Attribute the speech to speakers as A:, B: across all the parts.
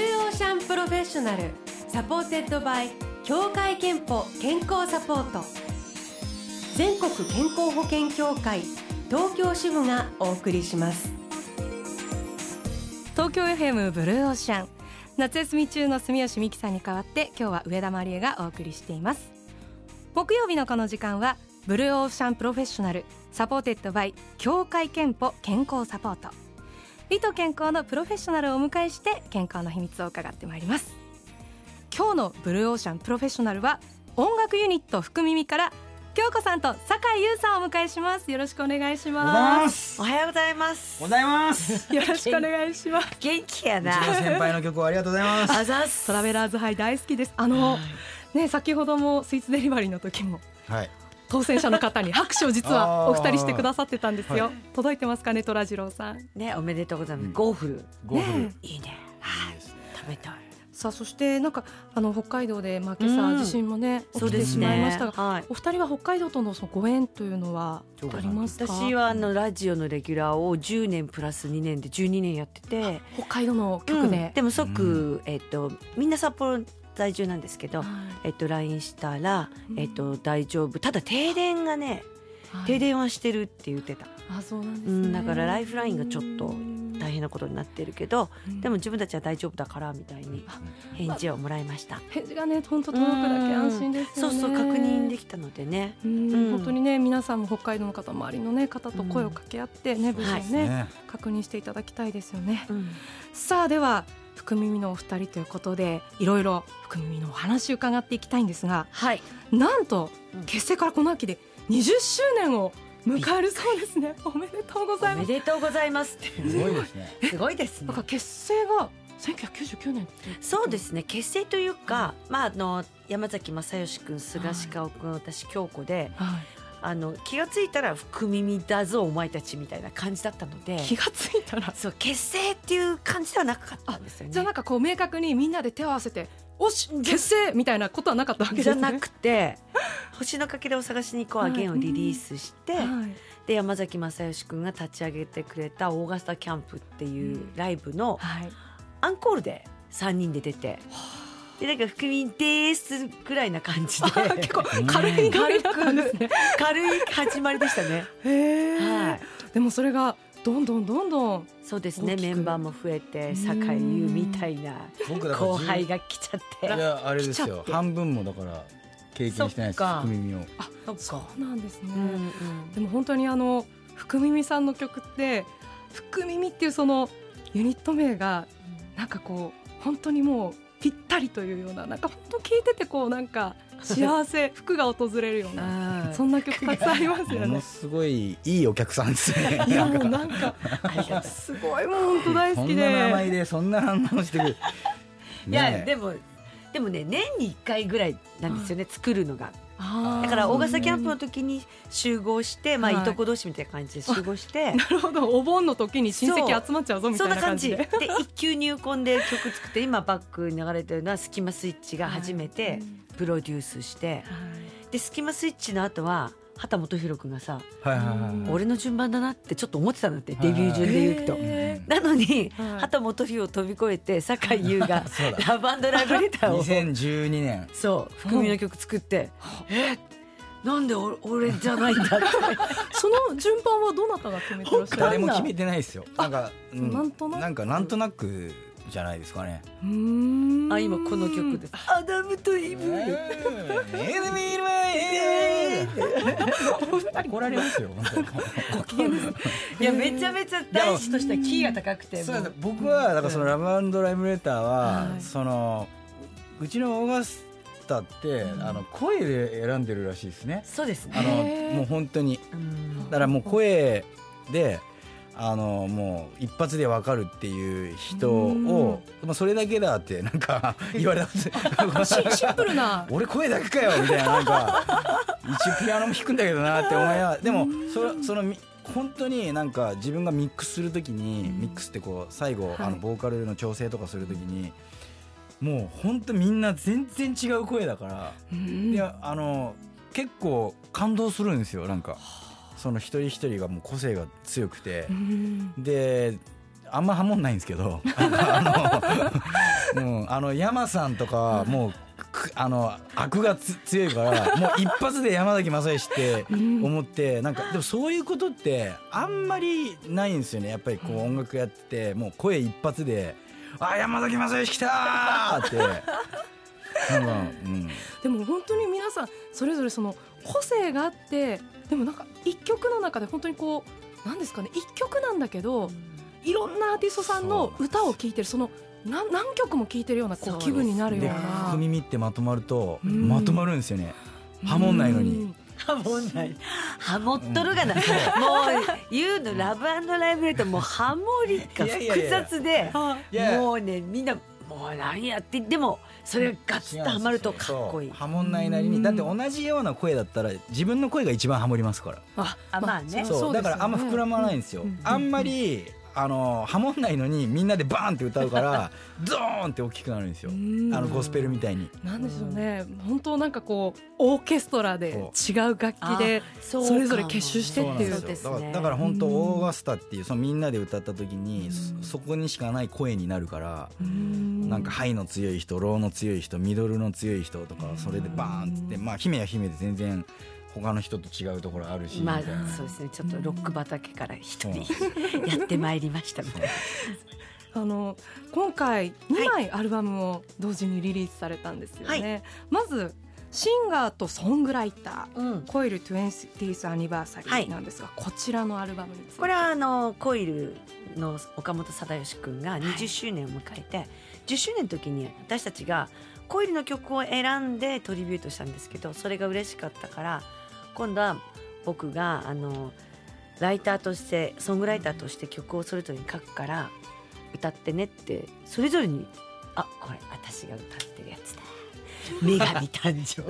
A: ロフェッショナルサポーテッドバイ協会憲法健康サポート全国健康保険協会東京支部がお送りします
B: 東京 FM ブルーオーシャン夏休み中の住吉美希さんに代わって今日は上田真理恵がお送りしています木曜日のこの時間はブルーオーシャンプロフェッショナルサポーテッドバイ協会憲法健康サポート美と健康のプロフェッショナルをお迎えして健康の秘密を伺ってまいります今日のブルーオーシャンプロフェッショナルは音楽ユニット福耳から京子さんと酒井優さんをお迎えしますよろしくお願いし
C: おはようご
B: ま
C: ざいますす
D: お。はようございます
C: ございます。
B: よろしくお願いします
D: 元気や
C: うちの
D: な
C: 先輩の曲をありがとうございます。
D: あざっす
B: トラベラーズハイ大好きですあの、ね先ほどもスイーツデリバリーの時 も
C: はい。
B: 当選者の方に拍手を実は
C: あー
B: お二人してくださってたんですよ、
C: は
B: 届いてますかね虎次郎さん
D: ねおめでとうございます、
C: うん
D: ゴーフル
C: ゴーフル。
B: ね
D: いいね
C: いいですね。
D: 食べたい
B: さあそしてなんかあの北海道でまあ今
D: う
B: 朝
D: ん
B: 地震もね、
D: そう
B: 起き
D: で
B: て
D: す
B: しまい
D: ね
B: ましたが、
D: はい
B: お二人は北海道とのそのご縁というのは
C: そうか
B: ありますか
D: 私はあのラジオのレギュラーを10年プラス2年で12年やってて、
B: 北海道の
D: う
B: 局
D: ん
B: で、
D: でも即、えっとみんな札幌在住なんですけど、
B: はい
D: えっと LINE したら、
B: うん
D: えっと大丈夫ただ停電がね
B: はい
D: 停電はしてるって言ってた、
B: あそうなんですね、
D: うんだからライフラインがちょっと大変なことになってるけど
B: うん
D: でも自分たちは大丈夫だからみたいに返事をもらいました、
B: 返事がね本当届くだけ安心です
D: そ
B: よ
D: う
B: ね
D: そう確認できたのでね
B: うん
D: うん
B: 本当にね皆さんも北海道の方周りの、ね、方と声を掛け合ってね、無事をね、
C: ね。
B: 確認していただきたいですよね
D: うん
B: さあでは福耳のお二人ということでいろいろ福耳のお話伺っていきたいんですが
D: はい
B: なんと
D: うん
B: 結成からこの秋で20周年を迎えるそうですねおめでとうござい
D: お
B: ま
D: め
B: す
D: でとうございます
C: すごいですね。
D: すごいですね
B: なんか結成が1999年っていう
D: そうですね結成というか、まああの山崎正義君菅氏顔君、私京子で
B: は
D: あの気がついたら福耳だぞお前たちみたいな感じだったので
B: い、気がついたら
D: そう結成っていう感じではなかったんですよね
B: じゃあなんかこう明確にみんなで手を合わせて「おし結成!」みたいなことはなかったわけで
D: じ
B: す
D: ゃ
B: ね
D: なくて「星のかけらを探しに行こう」
B: はい
D: アゲインをリリースして、
B: はい
D: で山崎正義君が立ち上げてくれた「オーガスタキャンプ」っていうライブの
B: はい、
D: アンコールで3人で出てでなんか「福民です」ぐらいな感じで
B: 結構軽いノリだったんですね。
D: 軽い始まりでしたね。
B: へー
D: はい
B: でもそれがどんどんどんどん
D: そうですね
B: 大きく
D: メンバーも増えて
B: うん
D: 酒井優みたいな
C: 僕だから
D: 後輩
C: が。
D: が来ちゃっ
C: い
D: て
C: やあれです
B: 来ちゃ
C: よ
B: っ。て
C: 半分もだから経験してないです。
D: そっか
C: 福耳を。
B: そうなんですね、
D: うんうん
B: でも本当にあの福耳さんの曲って福耳っていうそのユニット名がなんかこう本当にもうぴったりというようななんか本当聞いててこうなんか幸 せ福が訪れるような
D: あ
B: そんな曲たくさんありますよ
C: もの
B: ね。
C: すごいいいお客さんですね。
B: いやもう
C: な
B: な
C: んか
B: んか
D: りがとう
B: すごいもう本当大
C: こ
B: 好
C: ん
B: き
C: な名前
B: で。
C: でそんな反応してくる。
D: いや
C: ね
D: でもでもね年に1回ぐらいなんですよね作るのが
B: あー
D: だから大型キャンプの時に集合してまあ
B: はい
D: いとこ同士みたいな感じで集合して
B: なるほどお盆の時に親戚集まっちゃうぞみ
D: そ
B: たい
D: ん
B: な
D: な
B: 感
D: 感
B: じ
D: じ
B: で
D: で一級入魂で曲作って今バックに流れてるのは「スキマスイッチ」が初め
B: はい
D: てプロデュースしてで「スキマスイッチ」の後は畑本博君がさ
C: はいはいはいはい。
D: 俺の順番だなってちょっと思ってたんだって
C: は
D: デ
C: いはい
D: ビュー順で言うと。
B: へ
D: なのに
B: はい
D: 畑本博を飛び越えて酒井優 が
C: そうだ
D: ラブラブレターを
C: 2012年。
D: そう含みの曲作って「えなんで俺俺じゃないんだ」 って
B: その順番はどなたが決めてらっしゃ
C: 誰
B: る
C: も決めてないですよ。なんかう
B: なんとなく
C: なんかなんとなくじゃないですかね。
B: うーん
D: あ今この曲です。アダムとイブ
C: 怒られますよ本
D: いやめちゃめちゃ男子としてはキーが高く
C: 当
D: て
C: に
D: も
C: そうです僕はだからそのラブライブレターは、
B: はい
C: そのうちのオーガスタってあの声で選んでるらしいですね
D: そうです
C: あ
D: ね。
C: の
B: へー
C: もう本当に
D: うん
C: だからもう声であのもう一発でわかるっていう人を、まあ、それだけだってなんか 言われたこと
B: シンシンプルな
C: 俺声だけかよみたいななんか一応ピアノも弾くんだけどなって思いながらでもそそのみ本当になんか自分がミックスするときにミックスってこう最後、
B: はい
C: あのボーカルの調整とかするときにもう本当みんな全然違う声だから、
B: うん
C: であの結構感動するんですよなんかその一人一人がもう個性が強くて
B: う、ん
C: であんまハモんないんです けどあのもうあの山さんとかもうくあの悪がつ強いからもう一発で山崎まさよしって思ってなんかでもそういうことってあんまりないんですよねやっぱりこう音楽やっててもう声一発で「あ山崎まさよし来た!」ってなんかうん
B: でも本当に皆さんそれぞれその個性があってでもなんか一曲の中で本当にこうなんですかね一曲なんだけどいろんなアーティストさんの歌を聴いてるその何何曲も聴いてるようなこ
D: そう
B: う
D: です
B: 気分になるよう
C: で
B: な
C: 小耳ってまとまると
B: うん
C: まとまるんですよねハモんないのに。
D: ハモんない。ハモっとるがな。もう、ユウのラブライブレート、もうハモリが
C: いやいやい
D: 複
C: や
D: 雑で、
C: いや
D: もうね、みんな、もう何やって、でも、それがガツッとハマるとかっこいい
C: そう。ハモんないなりにだって同じような声だったら自分の声が一番ハモりますから
B: あ
D: あまあね
B: そ
C: そう
B: う
C: だからあんま膨らまないんですよ、
B: うんうん
C: あんまりあのハモんないのにみんなでバーンって歌うから ドーンって大きくなるんですよ
B: う
C: あ
B: ん
C: のゴスペルみたいに
B: なんでしょうね本当なんかこうオーケストラで違う楽器で
D: あ
B: そ
D: そう
B: れぞれ結集して
C: そ
B: っ
C: うなん
B: て
C: で
B: い
C: す
B: う
D: そう
C: よ
D: ですね
C: だからだから本当オーガスタっていうそのみんなで歌った時に
D: うん
C: そそこにしかない声になるから
B: な
C: なんかハイの強い人ローの強い人ミドルの強い人とかそれでバーンっつってまあ姫は姫で全然他の人と違うところあるしみ
D: まあ
C: たいな、
D: そうですね、ちょっとロック畑から一人やってまいりましたみたいな。
B: あの今回2枚アルバムを同時にリリースされたんですよね、まずシンガーとソングライタ
D: うん
B: ー「コイル 20th アニバーサリ
D: はい
B: ー」なんですが、こちらのアルバムについて
D: これはあのコイルの岡本貞義君が20周年を迎えて、10周年の時に私たちがコイルの曲を選んでトリビュートしたんですけどそれが嬉しかったから今度は僕があのライターとしてソングライターとして曲をそれぞれに書くから歌ってねってそれぞれに「あこれ私が歌ってるやつだ」「女神誕生」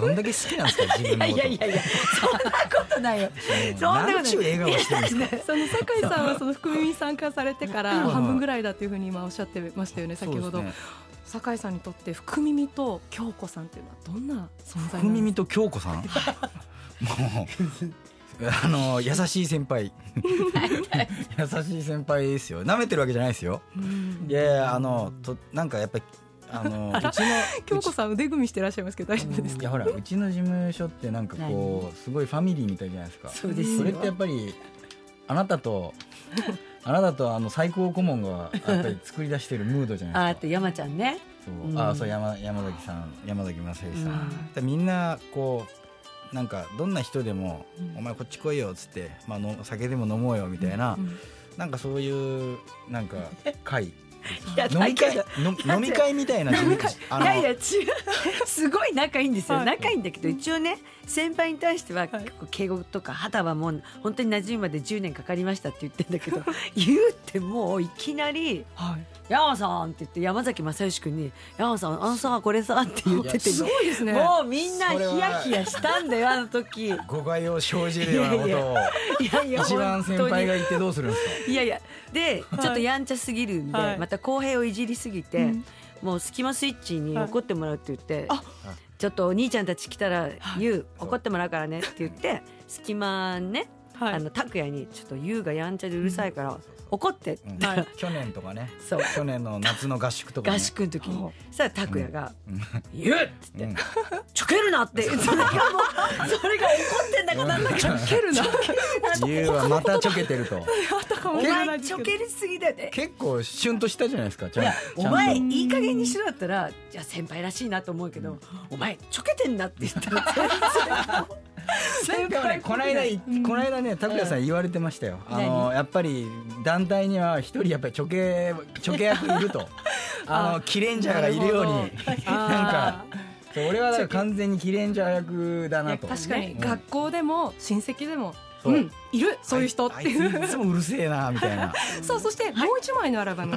C: どんだけ好きなんですか自分のこ
D: い
C: と
D: やいやいやそんなことないよ。
C: うん
D: そんなことない
C: 何ちゅう笑顔してるんです か
B: その酒井さんはその福耳に参加されてから
C: うん
B: 半分ぐらいだというふうに今おっしゃってましたよね先ほど、
C: そうですね
B: 酒井さんにとって福耳と京子さんっていうのはどんな存在
C: 小
B: なんで
C: 耳
B: すか
C: と京子さんもうあの優しい先輩優しい先輩ですよ舐めてるわけじゃないですよ
B: うん
C: いやいやあのとなんかやっぱりあのうちの
B: 京子さん腕組みしてらっしゃいますけど大丈夫です
C: い
B: か、
C: やほらうちの事務所ってなんかこうすごいファミリーみたいじゃないですか
D: そうですよ
C: それってやっぱりあなたとあなたとあの最高顧問がやっぱり作り出してるムードじゃ
D: あ
C: ない
D: あ
C: です
D: と
C: か
D: 山ちゃんね。
C: そう
D: うん
C: あそう山山崎さん山崎正義さ
D: うん
C: ん、でみんなこうなんかどんな人でも「お前こっち来いよ」っつって、まあ、の酒でも飲もうよみたいな、
B: うん
C: なんかそういうな んか会
D: や
C: 飲み会の 飲み会みたいな飲み会あ
D: い
C: の
D: やいや違う すごい仲いいんですよ、
B: はい
D: 仲いいんだけど一応ね先輩に対しては結構敬語とか肌はもう本当に馴染むまで10年かかりましたって言ってんだけど言うってもういきなり
B: はい、
D: 「山さん」って言って山崎正義君に「山さんあのさこれさ」って言ってて
B: すごいですね
D: もうみんなヒヤヒヤしたんだよあの時い
C: 誤解を生じるようなことを
D: いやいやいや
C: 一番先輩が言ってどうするんですか
D: いやいやでちょっとやんちゃすぎるんで、
B: はい
D: また公平をいじりすぎて、
B: うん
D: もうスキマスイッチに怒ってもらうって言って、
B: あ
D: ちょっとお兄ちゃんたち来たら言う、
C: そう
D: 怒ってもらうからねって言ってスキマね、
B: はい
D: あの拓也にちょっと優がやんちゃでうるさいから、怒って、
C: うん
B: はい
C: 去年とかね
D: そう
C: 去年の夏の合宿とか、ね、
D: 合宿の時に、
B: は
D: そしたら拓也が
C: うん
D: 「言う!」って言って
C: うん
D: 「ちょけるな!」ってそれがもうそれが怒ってんだからなんだから
B: 蹴るな
C: ゆうはまたちょけてる と
D: お前ちょけりすぎだよね
C: 結構シュンとしたじゃないですかちゃんちゃん
D: お
C: と
D: 前いい加減にしろだったらじゃあ先輩らしいなと思うけど、お前ちょけてんなって言ったら
C: なんかね、この間、この間ね、拓也さん言われてましたよ。あの、やっぱり団体には一人やっぱりちょけ、ちょけ役いると。あの、キレンジャーがいるように、 なんか。そう俺はだから完全にキレンジャー役だなと。
B: 確かに
C: うん
B: 学校でも親戚でも、
C: そう
B: うん、いるそういう人ってい
C: あいついうつもうるせえなみたいな。
B: そうそしてもう一枚のアルバム「オ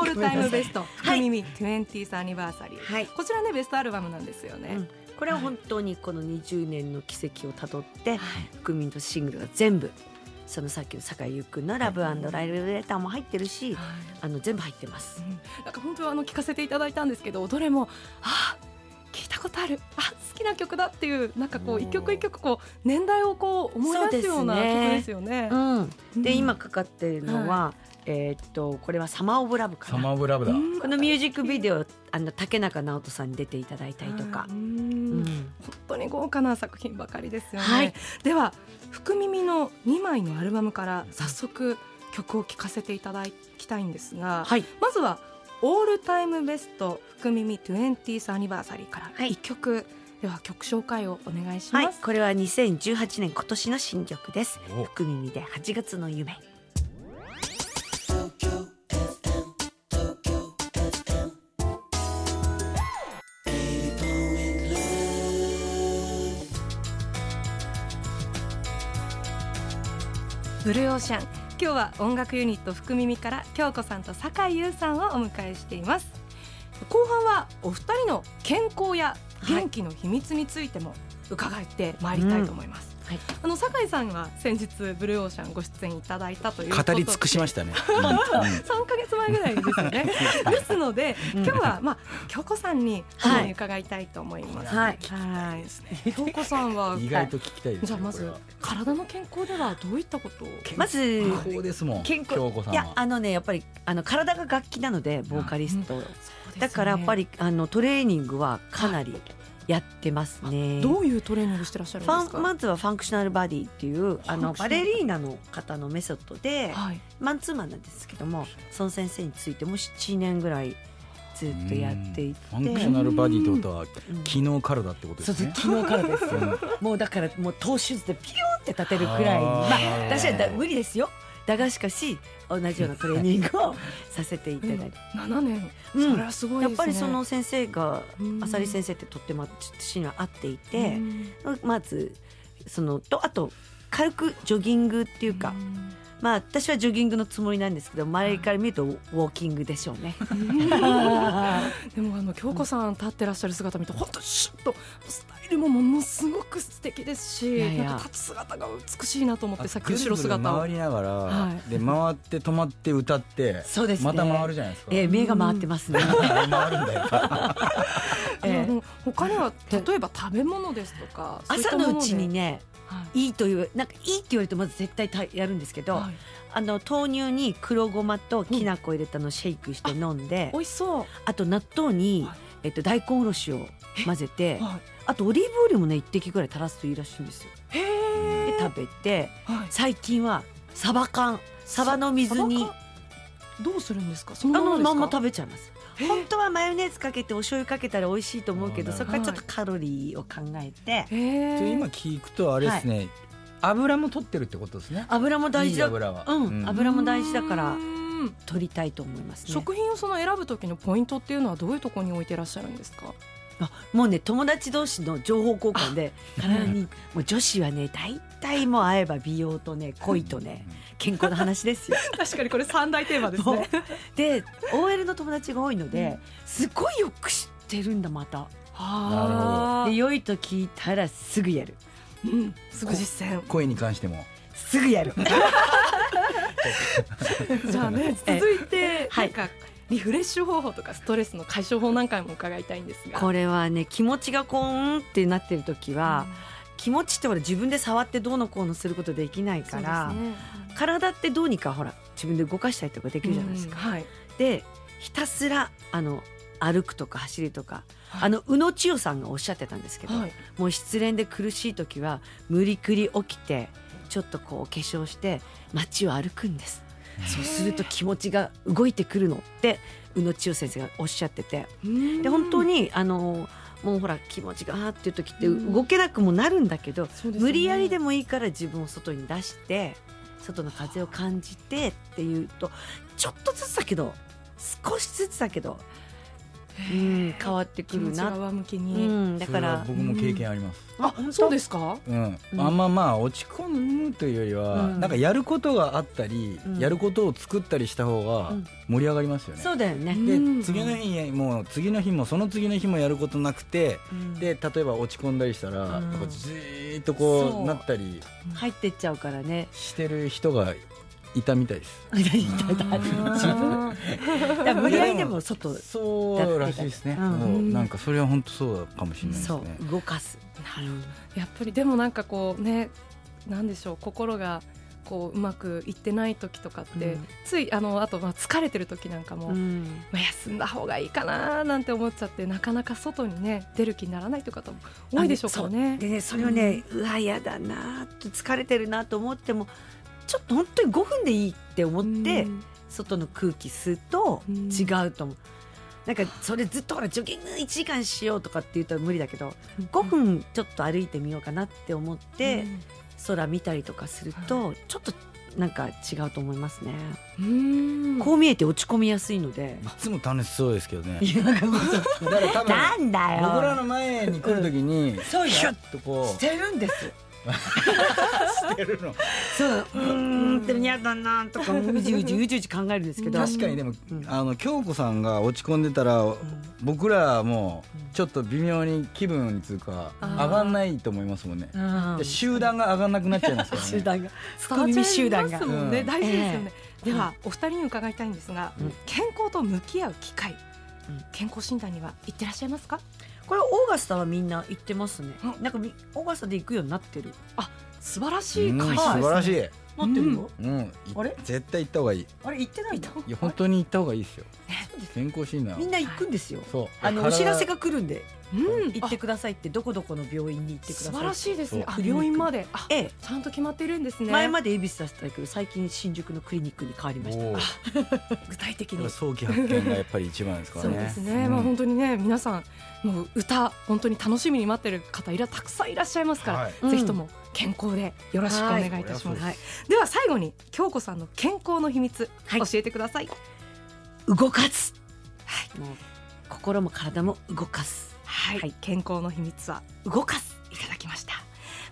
B: ールタイムベスト福耳 20th アニバーサリー
D: はい」
B: こちらねベストアルバムなんですよ
D: うん
B: ね
D: これは本当にこの20年の奇跡をたどって、国民とシングルが全部そのさっきの酒井優君の「ラブライブレター」も入ってるし、あの全部入ってます。
B: なんか本当はあの聞かせていただいたんですけどどれもあ聞いたことあるあ好きな曲だっていうなんかこ
C: お
B: う
C: ー
B: 一曲一曲こう年代をこう思い出すような
D: そうですね
B: 曲ですよね
D: うん、で
B: うん
D: 今かかってるのは、えーっとこれは「サマー・オブ・ラブ」か
C: サ
D: な
C: マーオブラブだ。
B: うん
D: このミュージックビデオあの竹中直人さんに出ていただいたりとか
B: う、ん
D: うん
B: 本当に豪華な作品ばかりですよね、
D: はい
B: では福耳の2枚のアルバムから早速曲を聴かせていただきたいんですが、
D: はい
B: まずはオールタイムベスト福耳 20th アニバーサリーから
D: はい
B: 1曲、では曲紹介をお願いし
D: はい
B: ま、す、
D: これは2018年今年の新曲です
C: お
D: 「福耳で8月の夢」
B: ブルーオーシャン今日は音楽ユニット福耳から京子さんと酒井優さんをお迎えしています後半はお二人の健康や元気の秘密についても伺ってまいりたいと思います、
D: はい
B: あの酒井さんは先日ブルーオーシャンご出演いただいたということ
C: 語り尽くしましたね。うん
B: 3か月前ぐらいですよねですので
D: うん
B: 今日はまあ京子さんにお話を伺いたいと思います
D: はい
B: はい京子さんは
C: うん意外と聞きたいですね。
B: じゃあま
C: こ
B: ず
C: れは
B: 体の健康ではどういったことを
D: まず
C: 健康ですもん。
D: 健康
C: 京子さん
D: いや
C: は。
D: あのねやっぱりあの体が楽器なのでボーカリスト、だからやっぱ
B: り
D: りあのトレーニングはかなりやってますね。
B: どういうトレーニングしてらっしゃる
D: フ
B: んです
D: ァ
B: か
D: ンまずはファンクショナルバディっていうあの
B: ファ
D: バ
B: ンクショナル
D: レリーナの方のメソッドで
B: はい
D: マンツーマンなんですけどもその先生についても7年ぐらいずっとやっていて
C: ファンクショナルバディってことは
D: うん
C: 機能カルダってことですね。
D: 昨日からです よ
C: うん
D: もうだからもう投手でピューンって立てるくらいに
C: あー
D: まあ私はだ無理ですよだがしかし同じようなトレーニングをさせていただいて、
B: 7年
D: うん
B: それはすごい
D: や
B: で
D: っ
B: すね
D: ぱりその先生が
B: うん
D: あさり先生ってとっても私には合っていて
B: で、
D: まずそのとあと軽くジョギングっていうか、まあ私はジョギングのつもりなんですけど周りから見るとウォーキングでしょうね。
B: でもあの京子さん立ってらっしゃる姿見て本当シュッとスタイルもものすごく素敵ですし
D: いやいや
B: なんか立つ姿が美しいなと思ってさっき
C: ぐる
B: 後
C: ぐ
B: ろ
C: る
B: 姿を
C: 回りながら、
B: はい
C: で回って止まって歌って
D: そうですね
C: また回るじゃないですか、
D: えー目が回ってますね。
C: 回るん だよ
B: あ
D: えー
B: の他には例えば食べ物ですとかそういった
D: 朝
B: もで
D: のうちにね
B: はい
D: いいというなんかいいって言われるとまず絶対たやるんですけど、
B: はい
D: あの豆乳に黒ごまときな粉入れたのをシェイクして飲んで、
B: 美味しそう
D: あと納豆に、
B: はい
D: えっと、大根おろしを混ぜて
B: は
D: あとオリーブオイルもね一滴ぐらい垂らすといいらしいんですよ。
B: いへ
D: で
B: え
D: 食べて
B: はい
D: 最近はサバ缶サバの水
B: サ
D: 煮
B: バ缶どうするんですかそ
D: あ
B: のま
D: の
B: まですか
D: まんま食べちゃいます。
B: へえ
D: 本当はマヨネーズかけてお醤油かけたら美味しいと思うけど
C: あー
D: そこはちょっとカロリーを考えて
B: へえ
C: じゃあ今聞くとあれですね、油も取ってるってことですね
D: 油も大事
C: いい
D: だ
C: 油は、
D: うん油も大事だから
B: うん
D: 取りたいと思いますね。
B: 食品をその選ぶ時のポイントっていうのはどういうところに置いてらっしゃるんですか
D: あもうね友達同士の情報交換で体にもう女子はね大体もう会えば美容とね恋とね健康の話ですよ。
B: 確かにこれ三大テーマで
D: そう で OL の友達が多いのですごいよく知ってるんだまた。
B: は
D: で
B: あ、
D: 良いと聞いたらすぐやる
B: うん、すぐ実践
C: 声に関しても
D: すぐやる。
B: じゃあね
D: え
B: 続いて
D: は
B: ないんかリフレッシュ方法とかストレスの解消法なんかも伺いたいんです が
D: これはね気持ちがこうんってなってる時は、気持ちってほら自分で触ってどうのこうのすることできない
B: うん
D: から、
B: そうですね
D: 体ってどうにかほら自分で動かしたりとかできるじゃないですか。
B: うんはい
D: でひたすらあの歩くとか走るとか、
B: はい
D: あの宇野千代さんがおっしゃってたんですけど、
B: はい
D: もう失恋で苦しい時は無理くり起きてちょっとこう化粧して街を歩くんですそうすると気持ちが動いてくるのって宇野千代先生がおっしゃっててで本当にあのもうほら気持ちがあーっていう時って
B: うん
D: 動けなくもなるんだけど、
B: そうですね
D: 無理やりでもいいから自分を外に出して外の風を感じてっていうとちょっとずつだけど少しずつだけど、うん、変わってく
B: 気
D: る
B: 持ちが
D: な、
B: 上向き
D: う
B: に、
D: ん、だか
C: それ
D: ら
C: は僕も経験あります、
B: あそうです か
C: うん
D: うん
C: あんままあ落ち込むというよりは、
D: うん
C: なんかやることがあったり、
D: うん
C: やることを作ったりした方が
D: うん
C: 盛り上がりますよね、
D: そうだよね、
B: うん
C: で次の日にもう次の日もその次の日もやることなくて
D: うん
C: で例えば落ち込んだりしたら、
D: うん
C: なんかずーっとこ
D: そうう
C: なったり
D: 入ってっちゃうからね
C: してる人がいたみたいです
D: いやいやいや
B: あ
D: だから無理やりでも外
C: そうらしいですね、
D: うん
C: もうなんかそれは本当そうかもしれないです
D: そ
C: ね
D: う動かす
B: ーやっぱりでもなんかこうねなんでしょう心がこううまくいってない時とかって、
D: うん
B: ついあのあとまあ疲れてる時なんかも、
D: うん
B: まあ休んだ方がいいかななんて思っちゃってなかなか外にね出る気にならないという方も多いでしょうから
D: あ
B: ね
D: のそう。でねそれをね、うわ嫌だなと疲れてるなと思ってもちょっと本当に5分でいいって思って、
B: うん
D: 外の空気吸うと
B: うん
D: 違うと思う。なんかそれずっとほらジョギング1時間しようとかって言うと無理だけど5分ちょっと歩いてみようかなって思って空見たりとかするとちょっとなんか違うと思いますね、
B: うん
D: こう見えて落ち込みやすいので
C: いつも楽しそうですけどね
D: いやなんかもうちょっと
C: だから多分
D: なんだよ
C: 僕らの前に来るときに
D: そうよ
C: ヒュッとこ
D: してるんです
C: うしてるの
D: そううーんって嫌だなとかうじうじうじうじ考えるんですけど
C: 確かにでも
D: うん
C: あの京子さんが落ち込んでたら僕らもちょっと微妙に気分つうか
B: あー
C: 上がんないと思いますもんね
D: うん
C: で集団が上がんなくなっちゃいますから ね
D: 集団が
B: 伝わっちゃい
D: 集団
B: ま
D: が
B: すもんね
C: うん
B: 大事ですよね、
D: え
B: ではお二人に伺いたいんですが、
D: うん
B: 健康と向き合う機会、
D: うん
B: 健康診断には行ってらっしゃいますか
D: これオーガスタはみんな行ってますね
B: う
D: なんかみオーガスタで行くようになってる
B: 素晴ら
C: う
B: しい
C: ん素
B: 会社です、ね
C: 晴らしい
D: なってるよ
C: うんい
D: あれ
C: 絶対行った方がいい
D: あれ行ってないんだ
C: いや本当に行った方がいいですよ
D: そうです
C: 健康診断
D: みんな行くんですよ
C: そう
D: あのお
C: 体
D: 知らせが来るんで
B: うん
D: 行ってくださいってどこどこの病院に行ってくださ
B: 素
D: い
B: 晴ら
D: い
B: しいですねあ
D: そう
B: 病院まであ
D: え
B: ちゃんと決まっているんです
D: え
B: ね
D: 前まで恵比寿だったけど最近新宿のクリニックに変わりました
C: おー
B: 具体的
C: やっぱ
B: に
C: 早期発見がやっぱり一番ですから
B: そう
C: ね
B: ですね、まあ本当にね皆さんもう歌本当に楽しみに待ってる方いらたくさんいらっしゃいますから、
C: はい
D: うん
B: ぜひとも健康でよろしくお願いいたします、
C: はい
D: はい
B: では最後に京子さんの健康の秘密、教えてください
D: 動かすはいもう心も体も動かす
B: はい、
D: はい
B: 健康の秘密は動かすいただきました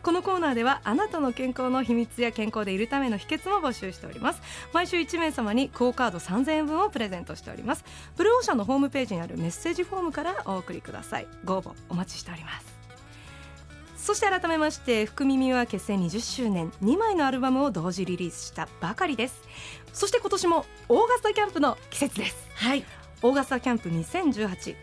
B: このコーナーではあなたの健康の秘密や健康でいるための秘訣も募集しております毎週1名様にクオカード3000円分をプレゼントしておりますブルーオーシャンのホームページにあるメッセージフォームからお送りくださいご応募お待ちしておりますそして改めまして福耳は結成20周年2枚のアルバムを同時リリースしたばかりですそして今年もオーガスタキャンプの季節です
D: はい
B: オーガスタキャンプ20189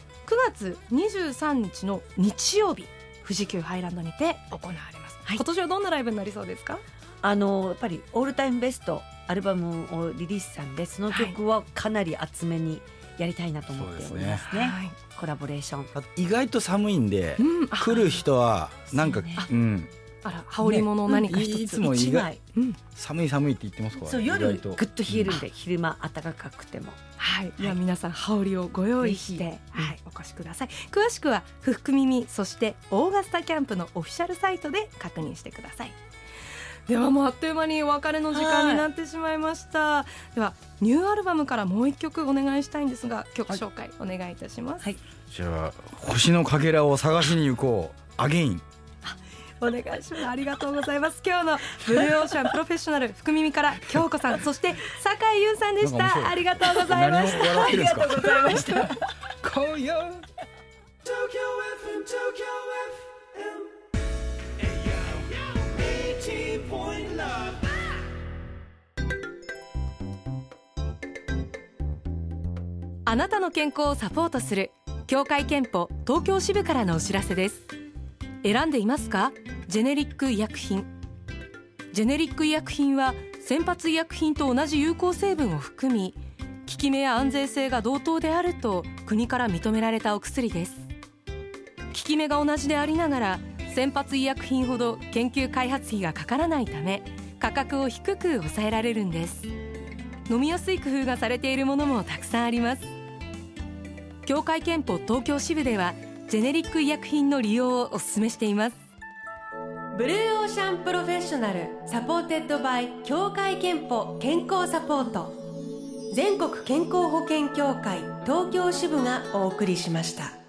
B: 月23日の日曜日富士急ハイランドにて行われます、
D: はい
B: 今年はどんなライブになりそうですか
D: あのやっぱりオールタイムベストアルバムをリリースしたんでその曲はかなり厚めにやりたいなと思っておりますね,、
B: はい、
D: コラボレーション
C: あと意外と寒いんで
B: うん、あ
C: 来る人はなんか
D: そうね
C: うん
B: あら羽織物を何か
C: い
B: 一
C: い
B: つ、
C: つも意
D: 一
C: 外
D: 枚
C: 寒い寒いって言ってますから
D: そう夜
C: 意
D: ぐ
C: 外
D: っ
C: と
D: と冷えるんで、昼間暖かくても
B: はい、では皆さん羽織をご用意し
D: ぜ
B: て、はい、お越しください詳しくは「ふふく耳」そしてオーガスタキャンプのオフィシャルサイトで確認してくださいではもうあっという間にお別れの時間になってしまいました、ではニューアルバムからもう一曲お願いしたいんですが曲紹介お願いいたします、
D: はい
C: じゃあ星のかけらを探しに行こうアゲイン
B: お願いしますありがとうございます今日のブルーオーシャンプロフェッショナル福耳から京子さんそして酒井優さんでし
C: なんか面白
B: た
C: い
B: ありがとうございま
C: 何を
B: した
C: 笑ってるんですか
D: ございました
C: 今夜
E: Tokyo FM, Tokyo FM. Hey yo, 80.9.
B: あなたの健康をサポートする協会憲法東京支部からのお知らせです選んでいますかジェネリック医薬品ジェネリック医薬品は先発医薬品と同じ有効成分を含み効き目や安全性が同等であると国から認められたお薬です効き目が同じでありながら先発医薬品ほど研究開発費がかからないため価格を低く抑えられるんです飲みやすい工夫がされているものもたくさんあります協会憲法東京支部ではジェネリック医薬品の利用をお勧めしています
A: ブルーオーシャンプロフェッショナルサポーテッドバイ協会憲法健康サポート全国健康保険協会東京支部がお送りしました。